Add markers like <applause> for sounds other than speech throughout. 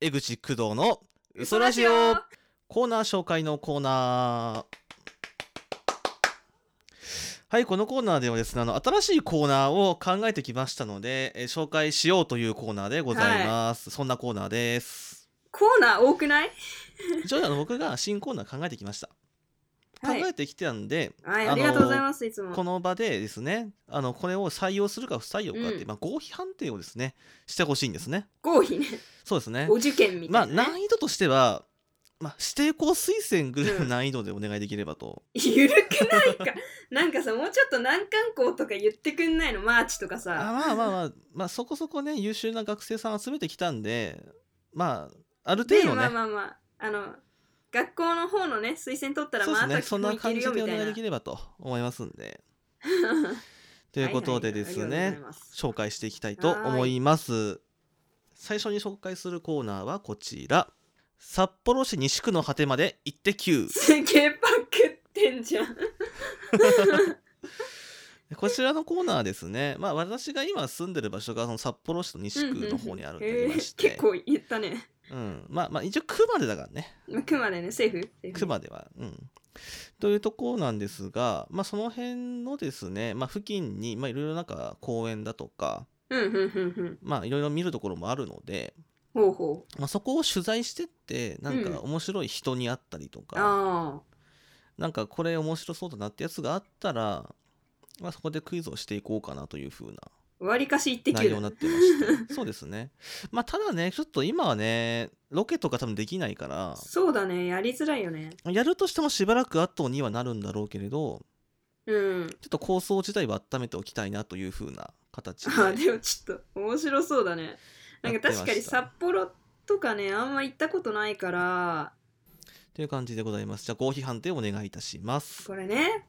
江口工藤の嘘ラジオコーナー紹介のコーナーはいこのコーナーではですねあの新しいコーナーを考えてきましたので、えー紹介しようというコーナーでございます、そんなコーナーですコーナー多くない一応あの僕が新コーナー考えてきました考はいえてきてたんで、はい、あのありがとうございます、いつも。この場でですねあのこれを採用するか不採用かって、うんまあ、合否判定をですねしてほしいんですね合否ね。そうですねお受験みまたあい <laughs> な、ね。難易度としては、まあ、指定校推薦ぐらいの難易度でお願いできればと、ゆるくないか。なんかさ、もうちょっと難関校とか言ってくんないの、マーチとかあさ。まあまあまあ、まあ、そこそこね優秀な学生さん集めてきたんでまあある程で、度ね,、まあまあまあ、あの、学校の方のね、推薦取ったら、そうでまあ、すあねとそん君なもいけ感るじよみでおたい願いな。できればと思いますん <laughs> で。ということでですはいはいありねがとうございます紹介していきたいと思います最初に紹介するコーナーはこちら札幌市西区の果てまで行ってきゅうすげえパクってんじゃん。こちらのコーナーはですね、まあ、私が今住んでる場所がその札幌市と西区の方にあるんでありましへえて、結構言ったね。うん、まあまあ一応区までだからねまあ、熊でね、セーフ。セーフ区までは。うん、というところなんですが、まあ、その辺のですね、まあ、付近にまあいろいろなんか公園だとか、うんうんうんうん。まあ、いろいろ見るところもあるので、ほうほう。まあ、そこを取材してってなんうんか面白い人に会ったりとか、ああ。なんかこれ面白そうだなってやつがあったら、まあ、そこでクイズをしていこうかなというふうなわりかし言ってき内容るに。なってまして <laughs> そうですねまあただねちょっと今はねロケとか多分できないからそうだね、やりづらいよね。やるとしてもしばらく後にはなるんだろうけれどうん。ちょっと構想自体は温めておきたいなというふうな形であでもちょっと面白そうだねなんか確かやってまにした札幌とかねあんま行ったことないからという感じでございますじゃあ合否判定をお願いいたしますこれね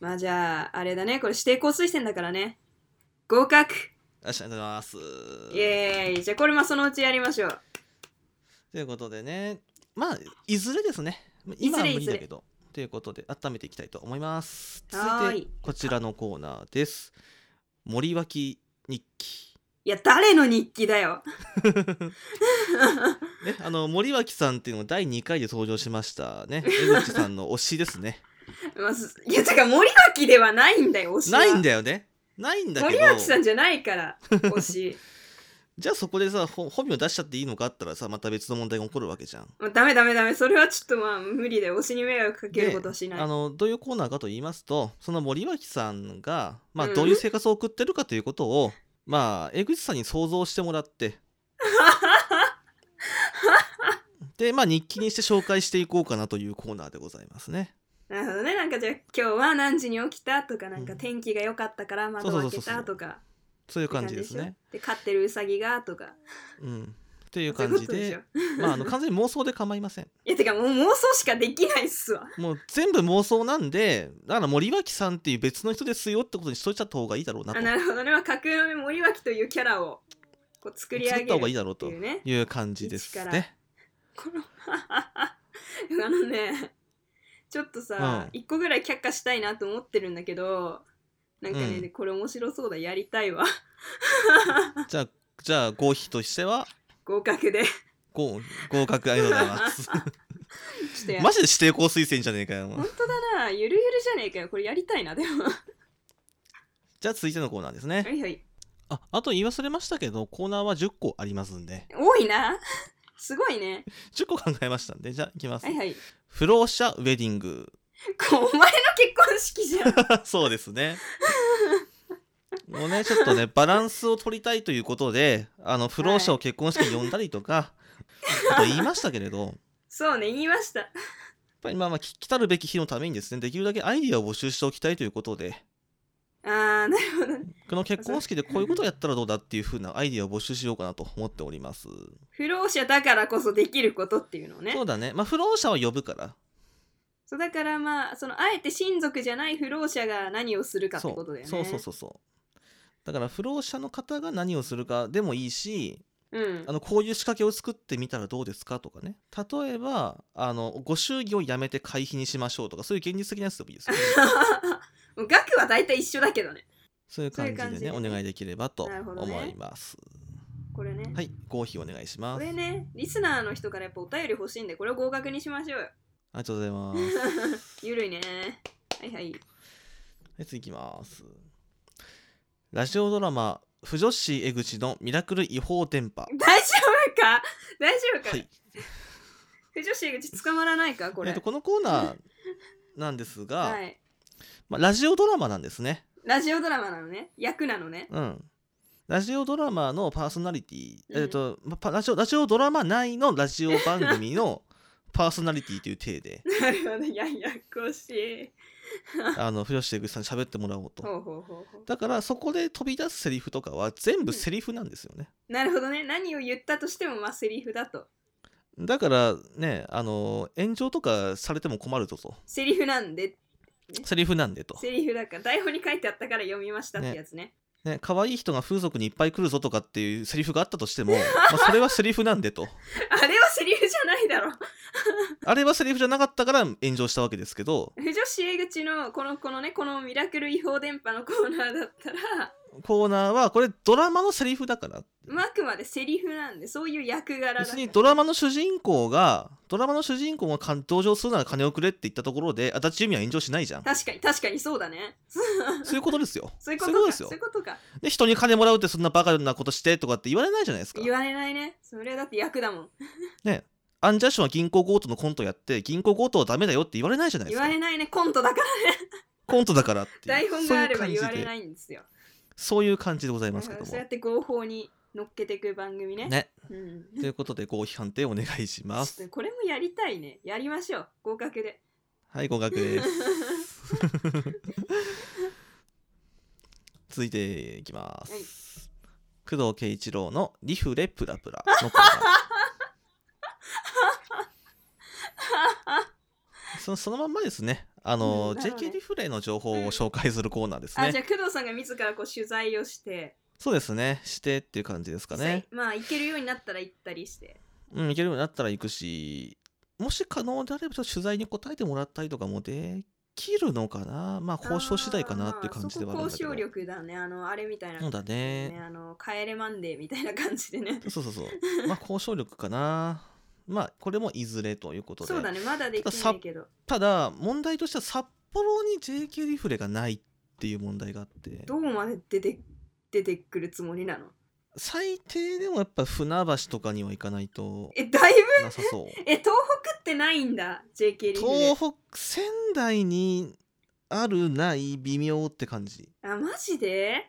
まあじゃああれだねこれ指定校推薦だからね合格ありがとうございますイエーイじゃあこれまあそのうちやりましょうということでねまあいずれですね今はいずれ無理だけどということで温めていきたいと思いますは続ーいいてこちらのコーナーです森脇日記いや誰の日記だよね、あの森脇さんっていうのは第2回で登場しましたね江口さんの推しです <laughs> ねまあすいやだから森脇ではないんだよ推しはないんだよねないんだけ森ど脇さんじゃないから <laughs> 推しじゃあそこでさほ本名出しちゃっていいのかあったらさまた別の問題が起こるわけじゃんもうダメダメダメそれはちょっとまあ無理で推しに迷惑かけることはしないあのどういうコーナーかと言いますとその森脇さんが、まあ、うんどういう生活を送ってるかということを、まあ江口さんに想像してもらって <laughs> でまあ日記にして紹介していこうかなというコーナーでございますねなるほどねなんかじゃあ今日は何時に起きたとかなんか天気が良かったから窓を開けたとかそういうって感じですねで飼ってるウサギがとかうんというそうい感うこじとででしょまあ、あの完全に妄想で構いません。いやてかもう妄想しかできないっすわもう全部妄想なんで、だから森脇さんっていう別の人ですよってことにしといちゃった方がいいだろうなと。あなるほどね、まあ、架空の森脇というキャラをこう作り上作げっるた方がいいっだろうてというねいう感じですね。このあの <laughs> ねちょっとさ、う一個ぐらい却下したいなと思ってるんだけどなんかね、うんこれ面白そうだやりたいわじゃあ、じゃあ合否としては合格でち合合格ありがとうござい <laughs> ます。ょっとや <laughs> マジで指定校推薦じゃねえかよ。本当だなゆるゆるじゃねえかよこれやりたいなでもはじゃあ続いてのコーナーですね。いはいあ、あと言い忘れましたけど、コーナーは10個ありますんで、多いなすごいね10個考えましたんで、じゃあ行きますは。いはい不老者ウェディング。こうお前の結婚式じゃ <laughs> んそうですね。もうね、ちょっとね、バランスを取りたいということで、あの、不老者を結婚式に呼んだりと <laughs> か、あと言いましたけれど、やっそうね言いましたぱりまあまあ、来たるべき日のためにですね、できるだけアイディアを募集しておきたいということで、あーなるほどこの結婚式でこういうことをやったらどうだっていう風なアイディアを募集しようかなと思っております。不老者だからこそできることっていうのをねそうだね。まあ、不老者を呼ぶから。そうだからまあそのあえて親族じゃない不老者が何をするかってことだよねそうそうそうそう。だから、不老者の方が何をするかでもいいし、う、うんあ、のこういう仕掛けを作ってみたらどうですかとかね例えばあのご祝儀をやめて会費にしましょうとかそういう現実的なやつでもいい <laughs> ですよね <laughs> もう額は大体一緒だけどねそういう感じでねそういう感おじで願いできればとなるほどね思いますこれね。はい、合否お願いしまこす。れね、リスナーの人からやっぱお便り欲しいんで、これを合格にしましょうよ。ありがとうござい <laughs> ます。ゆるいね。はいはい。はい、次いきます。ラジオドラマ、不女子江口のミラクル違法電波。大丈夫か大丈夫か、はい。不女子江口捕まらないかこれ、えーとこのコーナーなんです <laughs> が、はい。まあ、ラジオドラマなんですね。ラジオドラマなのね。役なのね。うん。ラジオドラマのパーソナリティ、うんえっ、と、まパラジオ、ラジオドラマ内のラジオ番組 <laughs> のパーソナリティという体で、 <laughs> なるほど。ややこしい。あの、不良してぐさんに喋ってもらおうと。ほうほうほうほう。だから、そこで飛び出すセリフとかは全部セリフなんですよね。なるほどね。何を言ったとしても、まあ、セリフだと。だから、ね、あの、炎上とかされても困るぞ <laughs> と。セリフなんで、セリフなんでと。セリフだから、台本に書いてあったから読みましたってやつね。ね、可愛い人が風俗にいっぱい来るぞとかっていうセリフがあったとして <laughs> も、まあ、それはセリフなんでと。あれはセリフじゃないだろ。あれはセリフじゃなかったから炎上したわけですけど、不女子江口のこのこのねこのミラクル違法電波のコーナーだったらコーナーはこれドラマのセリフだから。まああくまでセリフなんでそういう役柄だ別にドララマの主人公がドラマの主人公がかん登場するなら金をくれって言ったところで足立由美は炎上しないじゃん確かに確かにそうだねそそういうことですよそういうことかそそうういいううこことかとですよで人に金もらうってそんなバカなことしてとかって言われないじゃないですか言われないねそれはだって役だもんアンジャッシュは銀行強盗のコントやって銀行強盗はダメだよって言われないじゃないで言すかわれないねコントだからコントだからっていう台本があれば言われいなういんですよそういう感じでございだますかけらどそうやもって合法に乗っけていく番組ねねうん、ということで合否判定お願いしま <laughs> ちょすっとこれもやりたいねやりましょう合格ではい合格です <laughs> 続いていきます、はい工藤圭一郎の「リフレプラプラ」のコ <laughs> ーナーそのそのまんまですねあの、うんなるほど JK ねリフレの情報を紹介するコーナーですあね、じゃあ工藤さんが自らこう取材をして、そうですねしてっていう感じですかね実際まあ行けるようになったら行ったりしてうん行けるようになったら行くしもし可能であればちょっと取材に答えてもらったりとかもできるのかなまあ交渉次第かなっていう感じではあるんだけどあーそこ交渉力だねあのあれみたいなそうだねあの帰れマンデーみたいな感じでねそうそうそう。まあ交渉力かな。まあこれもいずれということで。そうだねまだできないけどただ問題としては札幌に JK リフレがないっていう問題があって、どこまで出て出てくるつもりなの最低でもやっぱ船橋とかには行かないとえだいぶなさそう。え東北ってないんだ JK リフレ東北仙台にあるない微妙って感じ。あマジで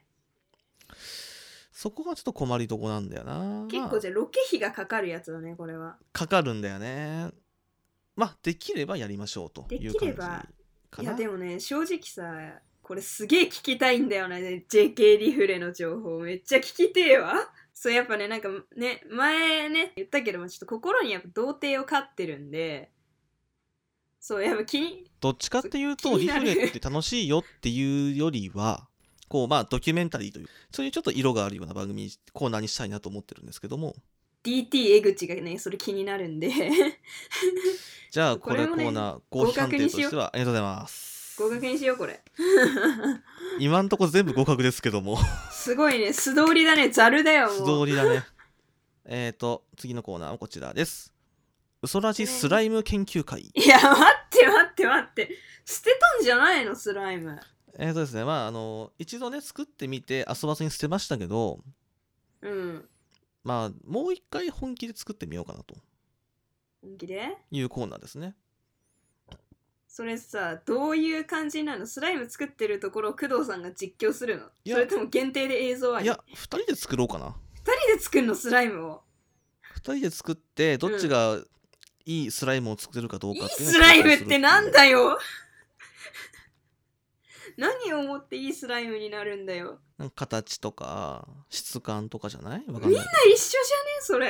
そこがちょっと困りどこなんだよな。結構じゃあロケ費がかかるやつだねこれはかかるんだよね。まあできればやりましょうという感じできればかいな。やでもね正直さこれすげえ聞きたいんだよね JK リフレの情報めっちゃ聞きてえわそうやっぱねなんかね前ね言ったけどもちょっと心にやっぱ童貞を飼ってるんでそうやっぱ気にどっちかっていう気とリにフなるレって楽しいよっていうよりはこうまあドキュメンタリーというそういうちょっと色があるような番組コーナーにしたいなと思ってるんですけども DT 江口がねそれ気になるんで <laughs> じゃあここれれコもねーナー合否判定としてはありがとうございます合格にしようこれ今んとこ全部合格ですけど <laughs> もすごいね素通りだねざるだよ素もう通りだねえーと次のコーナーはこちらです嘘ラジスライム研究会いや待って待って待って捨てたんじゃないのスライムえーとですねまああの一度ね作ってみて遊ばずに捨てましたけどうんまあもう一回本気で作ってみようかなと本気でいうコーナーですねそれさどういう感じなのスライム作ってるところを工藤さんが実況するのいやそれとも限定で映像あいり2や2人で作ろうかな人で作るのスライムを2人で作ってどっちがいいスライムを作れるかどういかいっていうスのをラ検イム討っするてなんだよ <laughs> 何を思っていいスライムになるんだよなんか形とか質感とかじゃないわかんみんなない一緒じゃね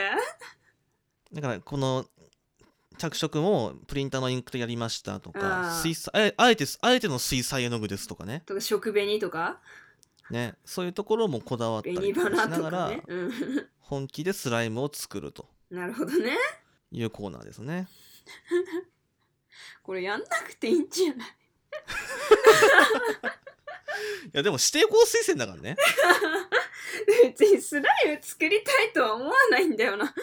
えだからこの着色もプリンターのインクでやりましたとかあー水彩あえあえてあえての水彩絵の具ですとかねそれとか食紅とかねそういうところもこだわった紅りとかし花なとがからねうん <laughs> 本気でスライムを作るとなるほどねいうコーナーですねこれやんなくていいんじゃないやでも指定校推薦だからね別にスライム作りたいとは思わないんだよな。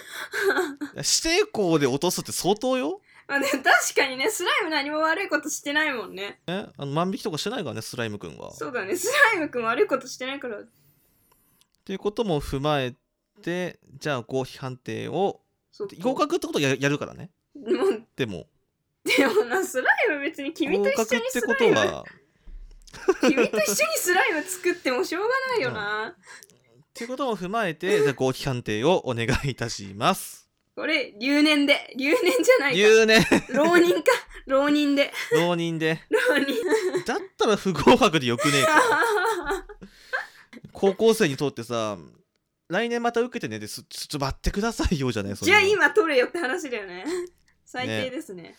指定校で落とすって相当よ、まあ、でも確かにね、スライム何も悪いことしてないもんね。ね、あの万引きとかしてないからねスライムくんは。そうだね、スライムくん悪いことしてないから。っていうことも踏まえてじゃあ合否判定をそう合格ってことをややるからねもう、でもでもな、スライム別に君と合一格緒っにてスこラとイム、は君と一緒にスライム作ってもしょうがない <laughs> よな。っていうことも踏まえてじゃあ合否判定をお願いいたします。これ、留年で、留年じゃないか。留年浪人か、浪人で、浪人で浪 <laughs> 人。だったら不合格でよくねえ <laughs> か高校生にとってさ来年また受けてねですちょっと待ってくださいよじゃないそれじゃはあ今取れよって話だよね。最低ですね。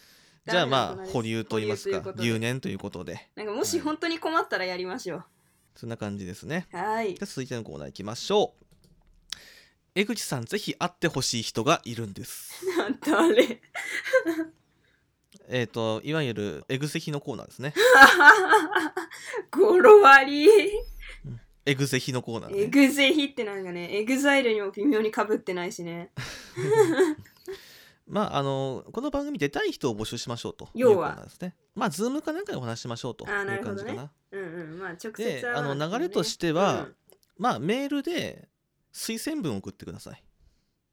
じゃあダメまなあ大人です保留と言います保留といかうことで留年ということでなんかもし本当に困ったらやりましょう。そんな感じですねは <laughs> いじゃ。あ続いてのコーナー行きましょう江口さんぜひ会ってほしい人がいるんです誰えっ、といわゆるエグゼヒのコーナーです <laughs> ね語呂割り。エグゼヒのコーナー、エね、グゼヒってなんかね、エグザイルにも微妙にかぶってないしね。まああのこの番組出たい人を募集しましょうという要コはーナーですねまあズームかなんかでお話ししましょうといあーなるうほど感ねじかなうんうん、まあ直接ではあまの流れとしてうは、んまあメールで推薦文を送ってください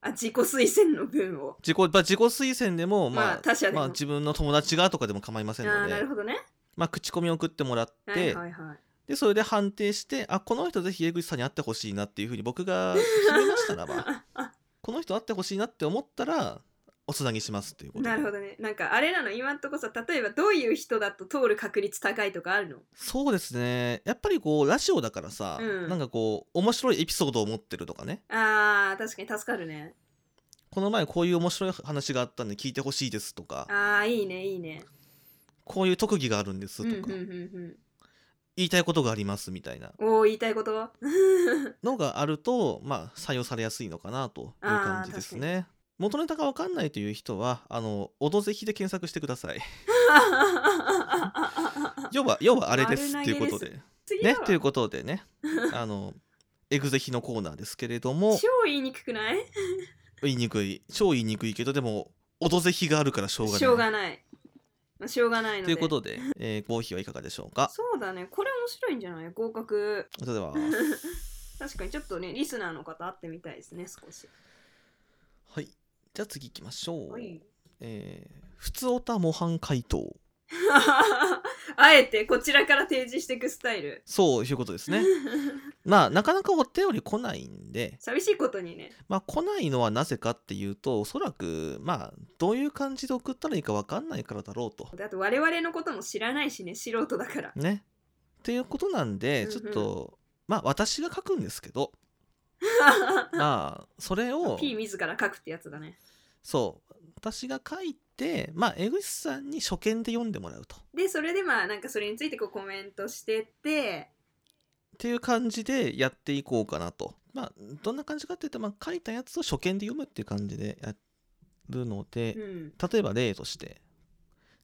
あ、自己推薦の分を。自己,、まあ、自己推薦でも、まあまあ他者でもまあ自分の友達がとかでも構いまあせんーのなでる、ほどね。まあ、口コミを送ってもらって、はいはいはい。でそれで判定してあこの人ぜひ江口さんに会ってほしいなっていうふうに僕 <laughs> が決めましたらばあ <laughs> あこの人会ってほしいなって思ったらおつなぎしますっていうことなるほどね。なんかあれなの、今んとこさ、例えばどういう人だと通る確率高いとかあるのそうですねやっぱりこうラジオだからさ、うんなんかこう面白いエピソードを持ってるとかねあー、確かに助かるね。この前こういう面白い話があったんで聞いてほしいですとかあー、いいね、いいね。こういう特技があるんですうんうんとうんか、うん。言いたいことがありますみたいなおー、言いたいこ <laughs> とはのがあると、まあ、採用されやすいのかなという感じですね。元ネタが分かんないという人は「あのオドぜひ」で検索してください。要は要はあれですっていうことで。次ねは、ということでねあのエグゼヒのコーナーですけれども超言いにくくない言いにくい超言いにくいけどでも「オドぜひ」があるからしょうがない。しょうがない。まあ、しょうがないのといで。うことで、えー、合否はいかがでしょうかそうだね。これ面白いんじゃない合格。それでは確かにちょっとね、リスナーの方会ってみたいですね、少し。はいじゃあ次行きましょう。はい、 <laughs> えー、普通オタ模範解答あえてこちらから提示していくスタイル。そういうことですね。 <laughs> まあなかなかお便り来ないんで、寂しいことにね。まあ、来ないのはなぜかっていうとおそらくまあどういう感じで送ったらいいか分かんないからだろうと。だって我々のことも知らないしね、素人だから。ね。っていうことなんでうんちうょんっとまあ私が書くんですけ <laughs> どまあそれを P 自ら書くってやつだね。そう私が書いてまあ江口さんに初見で読んでもらうと。っで、それでまあ、なんかそれについてこうコメントしてって、ていう感じでやっていこうかなと。まあどんな感じかっていうと、まあ、書いたやつを初見で読むっていう感じでやるので。うん。例えば例として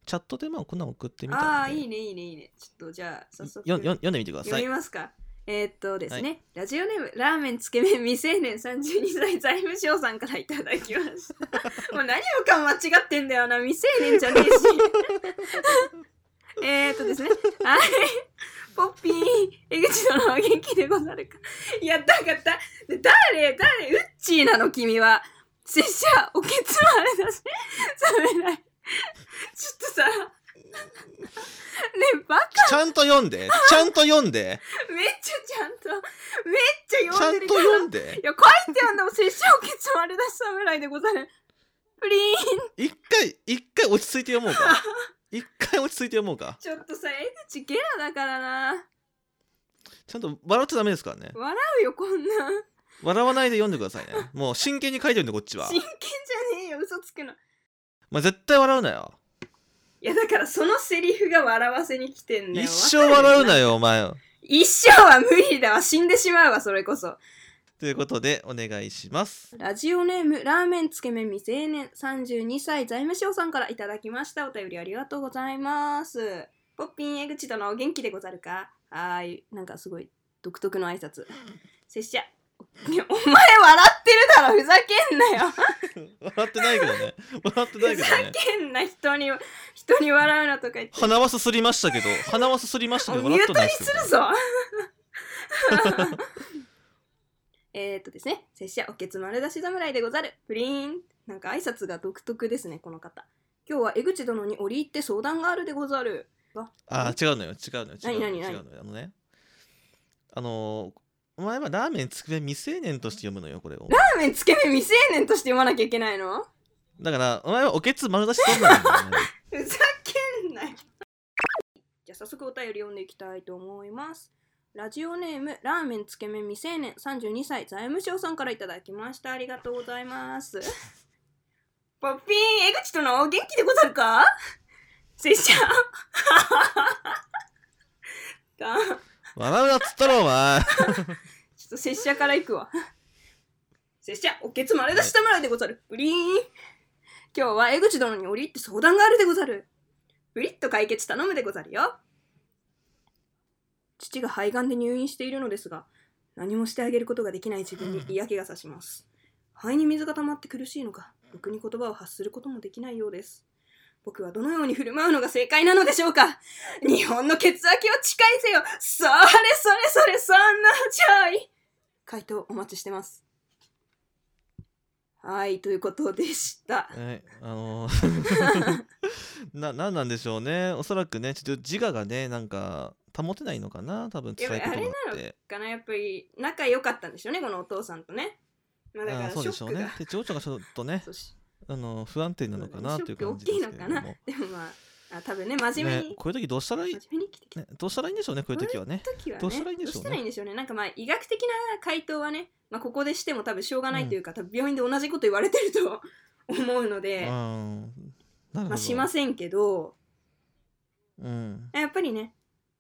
チャットでまあこんなの送ってみあたあんー、でいいね、いいね、いいね。ちょっとじゃあ、早速。よよ読んでみてくださ読いみますか。えーっとですね、ラジオネームラーメンつけ麺未成年32歳財務省さんからいただきました <laughs> もう何もかも間違ってんだよな未成年じゃねえし <laughs> えーっとですねはいポッピー江口殿は元気でござるかいやだからだ誰誰ウッチーなの君は拙者おけつまれ <laughs> だし冷めないちょっ <laughs> とさねえバカちゃんと読んでちゃんと読んでめっちゃちゃんとめっちゃちゃ読んんでるとから読んでいや書いてあんだもん拙者を結まれだし侍でござるプリーン一回一回落ち着いて読もうか一回落ち着いて読もうかちょっとさ江口ゲラだからなちゃんと笑っちゃダメですからね笑うよこんなん笑わないで読んでくださいねもう真剣に書いてるんでこっちは <laughs> 真剣じゃねえよ嘘つくのいまあ絶対笑うなよやだからそのセリフが笑わせに来てんだよ一生笑うなよよお前を一生は無理だわ死んでしまうわそれこそということでお願いしますラジオネームラーメンつけ麺未成年32歳財務省さんからいただきましたお便りありがとうございますポッピン江口殿お元気でござるかああいうなんかすごい独特の挨拶拙者いやお前笑ってるだろふざけんなよ笑ってないけどね笑ってないふけざどねけんな人に人に笑うなとか言って鼻はすすりましたけど鼻はすすりましたけどミ笑ュってートないにですすよ、るね、<laughs> ぞえーっとですね拙者おけつ丸出し侍でござるプリーンなんか挨拶が独特ですねこの方今日は江口殿に折り入って相談があるでござるあー違うのよ違うのよ違うのよ何何何違うのよあのねあのーお前はラーメンつくべ未成年として読むのよこれをラーメンつけ麺未成年として読まなきゃいけないのだからお前はおけつ丸出しどんなんだよねふざけんなよじゃあ早速お便り読んでいきたいと思いますラジオネームラーメンつけ麺未成年32歳財務省さんからいただきましたありがとうございますポッピン江口殿お元気でござるか拙者だちょ笑うなっつったろお <laughs> 前っと拙者から行くわ拙者おけつ丸出し侍でござるブリーン今日は江口殿に折り入って相談があるでござるブリッと解決頼むでござるよ父が肺がんで入院しているのですが何もしてあげることができない自分に嫌気がさします肺に水が溜まって苦しいのか僕に言葉を発することもできないようです僕はどのように振る舞うのが正解なのでしょうか日本の血液を誓いせよそれそれそれそんなちょい回答お待ちしてますはいということでしはたい、あのー <laughs> ななんなんでしょうねおそらくねちょっと自我がねなんか保てないのかな多分辛いこといがやああっれてかなやっぱり仲良かったんでしょうねこのお父さんとね、まあ、だかあらーそうシでョしょうックがねで情緒がちょっとねそうしあの不安定なのかなショというック感大じできいすのけれかどなもでもまああ多分ね真面目に、ねこういう時どうしたらいい、真ね、面目に生きてきたどうしたらいいんでしょうねこういう時はね時はねどうしたらいいんでしょうねどうしたらいいんでしょうねなんかまあ医学的な回答はね、まあ、ここでしても多分しょうがないというか、多分病院で同じこと言われてると <laughs> 思うのうで、んなるほど、まあしませんけどうん、やっぱりね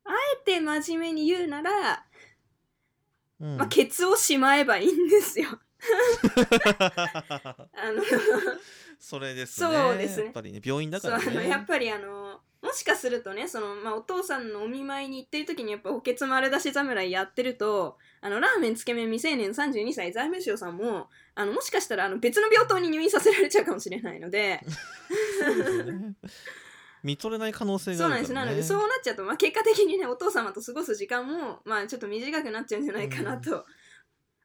あえて真面目に言うなら、うんまあ、ケツをしまえばいいんですよあの <laughs> それですねそうですねやっぱりね病院だそかうあらのねやっぱりあのもしかするとねその、まあ、お父さんのお見舞いに行ってる時にやっぱ補欠丸出し侍やってるとあのラーメンつけ麺未成年32歳財務省さんもあのもしかしたらあの別の病棟に入院させられちゃうかもしれない <laughs> のでそうですね見とれない可能性そがうあなんるですから、なね、のでそうなっちゃうと、まあ、結果的にねお父様と過ごす時間も、まあ、ちょっと短くなっちゃうんじゃないかなと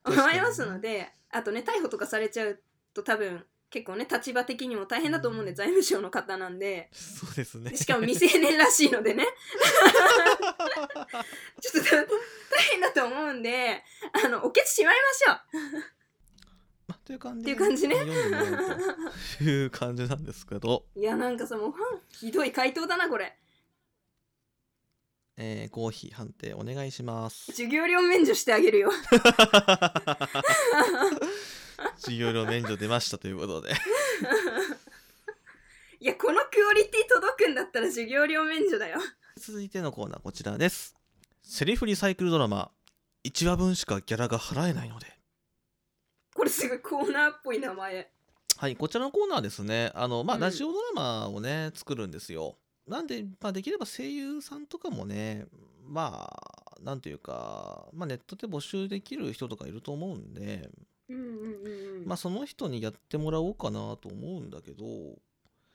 うん思いますのであとね逮捕とかされちゃうと多分結構ね立場的にも大変だと思うんで財務省の方なんで。そうですねでしかも未成年らしいのでね <laughs> ちょっと大変だと思うんであのおけつしまいましょまあという感じっていう感じね読んでもらうという感じなんですけど、 <laughs> ういやなんかさもうファンひどい回答だなこれえー、合否判定お願いします。 <laughs> 授業料免除してあげるよ授業料免除出ましたということで。いやこのクオリティ届くんだったら授業料免除だよ続いてのコーナーこちらです。セリフリサイクルドラマ1話分しかギャラが払えないので。これすごいコーナーっぽい名前はい、こちらのコーナーですね。あの、まあ、うんラジオドラマをね、作るんですよ。なんで、まあ、できれば声優さんとかもね、まあ、なんていうか、まあ、ネットで募集できる人とかいると思うんで、うんうんうんうんまあ、その人にやってもらおうかなと思うんだけど、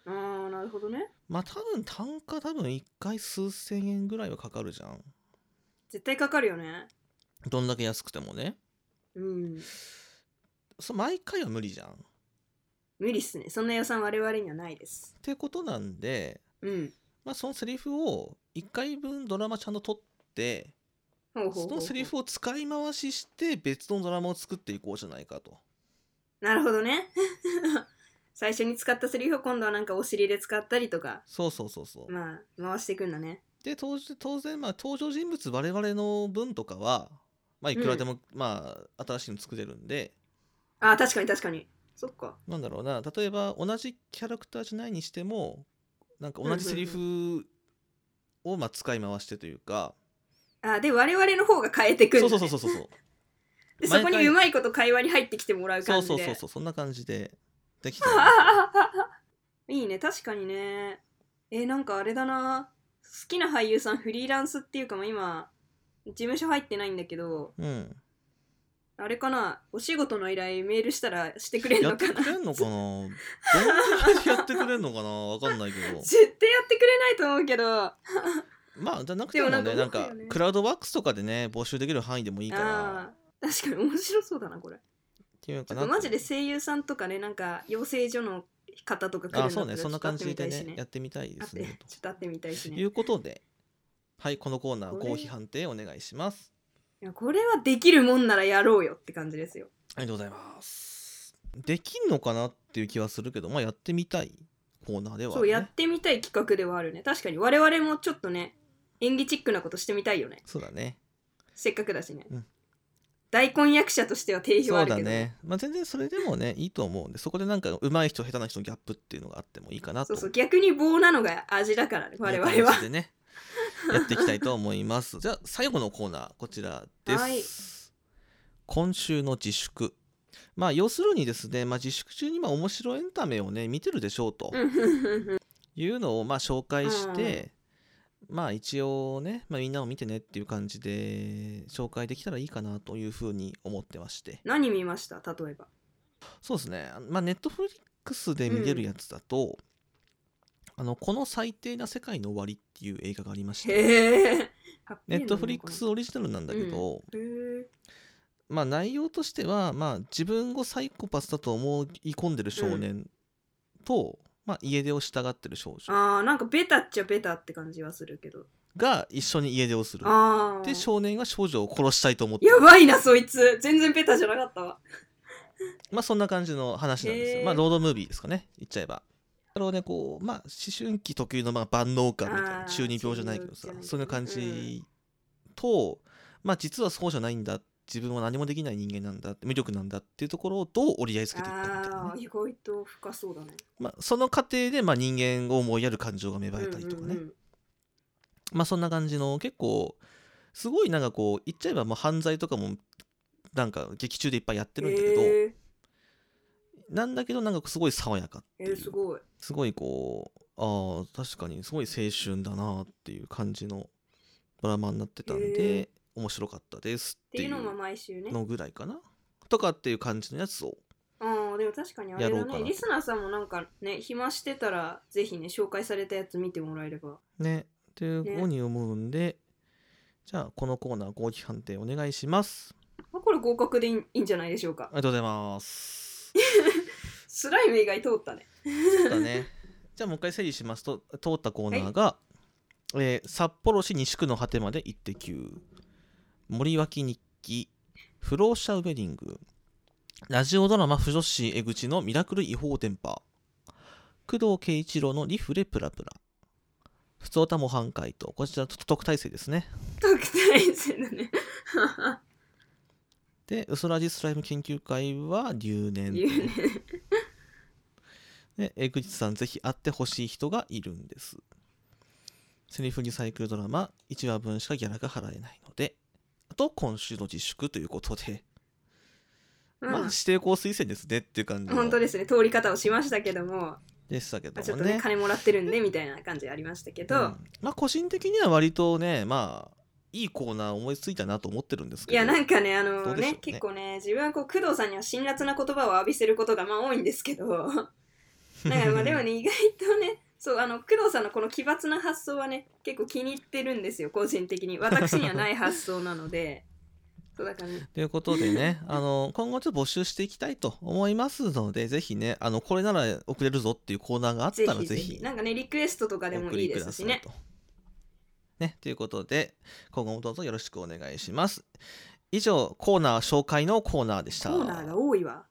あーなるほどねまあ、多分単価多分1回数千円ぐらいはかかるじゃん。絶対かかるよねどんだけ安くてもね。うんそう毎回は無理じゃん。っ無理っすねそんな予算我々にはないですてことなんで、うんまあ、そのセリフを1回分ドラマちゃんと撮って、ほうほうほうそほうのセリフを使い回しして別のドラマを作っていこうじゃないかと。なるほどね。 <laughs> 最初に使ったセリフを今度はなんかお尻で使ったりとか、そうそうそうそう。まあ、回していくんだね。で当時当然まあ登場人物我々の分とかは、まあ、いくらでも、まあ新しいの作れるんでああ、確かに確かに。そっか。なんだろうな例えば同じキャラクターじゃないにしてもなんか同じセリフをまあ使い回してというか、ああ、で、我々の方が変えてくんだそねうそうそうそうそうそうで、そ毎こ回にうまいこと会話に入ってきてもらうそ感うじで。そうそうそうそんな感じでできたいいね、確かにね。えーなんかあれだな。好きな俳優さん、フリーランスっていうか、まあ今、事務所入ってないんだけどうん。あれかなお仕事の依頼メールしたらしてくれるやっのかてなくれんのかなどんなやってくれんのかなわかんないけど。絶対やってくれないと思うけどまあ、じゃなくてもね、でなもなんんか思かうよね、クラウドワークスとかでね、募集できる範囲でもいいから、っああー確かに面白そうだなこれていうのかちょっなとと。マジで声優さんとかねなんか養成所の方とか来るあのあ、そうとね、かそんな感じでね、やちょっってみたいと会でっすてみたいしね。ねちょっと会ってみたいとしねいいうことで、はい、このコーナー、こごれ批判定お願いします。やこれはできるもんならやろうよって感じですよありがとうございます。できんのかなっていう気はするけど、まあ、やってみたいコーナーではあそるうね、やってみたい企画ではあるね確かに我々もちょっとね演技チックなことしてみたいよねそうだね。せっかくだしね、うん大根役者としては定評そあうるだけどね。まあ、全然それでもね、いいと思うんで、そこでなんか、上手い人、下手な人のギャップっていうのがあってもいいかなと。そうそう逆に棒なのが味だからね我々いうは感じでね、やっていきたいと思います。じゃあ、最後のコーナー、こちらです。はい今週の自粛。まあ、要するにですね、まあ、自粛中にまあ面白いエンタメをね、見てるでしょうとうんうんうんうんいうのをまあ紹介して、まあ一応ね、まあ、みんなを見てねっていう感じで紹介できたらいいかなというふうに思ってまして何見ました例えばそうですねまあネットフリックスで見れるやつだと、あのこの最低な世界の終わりっていう映画がありましてへえネットフリックスオリジナルなんだけど、へーまあ内容としては、まあ、自分をサイコパスだと思い込んでる少年と、まあ、家出を従ってる少女あーなんかベタっちゃベタって感じはするけどが一緒に家出をするああで少年が少女を殺したいと思ってやばいなそいつ全然ベタじゃなかったわまあそんな感じの話なんですへよーまあロードムービーですかね言っちゃえばあのねこうまあ思春期特有のまあ万能感みたいなあー中二病じゃないけどさ中二病じゃないけどそういう感じと、まあ実はそうじゃないんだ自分は何もできない人間なんだ無力なんだっていうところをどう折り合いつけていくかみたいなねああー意外と深そうだねまあ、その過程でまあ人間を思いやる感情が芽生えたりとかね、うんうんうんまあそんな感じの結構すごいなんかこう言っちゃえばもう犯罪とかもなんか劇中でいっぱいやってるんだけど、へなんだけどなんかすごい爽やかってえいう、ー、すごいすごいこうああ確かにすごい青春だなっていう感じのドラマになってたんで、へ面白かったですっってていいうのがう毎週ねのぐらいかなとかっていう感じのやつをああでも確かにあれやろだうかなねとリスナーさんもなんかね暇してたらぜひね紹介されたやつ見てもらえればねっていうねふうに思うんで、じゃあこのコーナー合否判定お願いしますあこれ合格でいいいいんじゃないでしょうかありがとうございますスライム以外通ったねそうだねじゃあもう一回整理しますと通ったコーナーが、えー札幌市西区の果てまで一滴森脇日記不老者ウェディングラジオドラマ「不女子江口のミラクル違法電波」工藤圭一郎の「リフレプラプラ」「普通歌模範解答」こちら特待生ですね特待生だねでウソラジスライム研究会は留年言うねで江口さんぜひ会ってほしい人がいるんですセリフリサイクルドラマ1話分しかギャラが払えないのであと今週の自粛ということで、うんまあ指定校推薦ですねっていう感じの本当ですね通り方をしましたけどもでしたけどあちょもっとねね金もらってるんでみたいな感じありましたけど、うんまあ個人的には割とねまあいいコーナー思いついたなと思ってるんですけいどやなんかねあどうのでしょうねね結構ね自分はこう工藤さんには辛辣な言葉を浴びせることがまあ多いんです <laughs> けどなんかまあでもね意外とねそうあの工藤さんのこの奇抜な発想はね結構気に入ってるんですよ個人的に私にはない発想なのでそうだからねということでねあの今後ちょっと募集していきたいと思いますのでぜひねあのこれなら送れるぞっていうコーナーがあっぜたらひぜぜひひなんかねリクエストとかでおも送いりいでくだすさしいねと。ね、ということで今後もどうぞよろしくお願いします。以上コーナー紹介のコーナーでした。コーナーが多いわ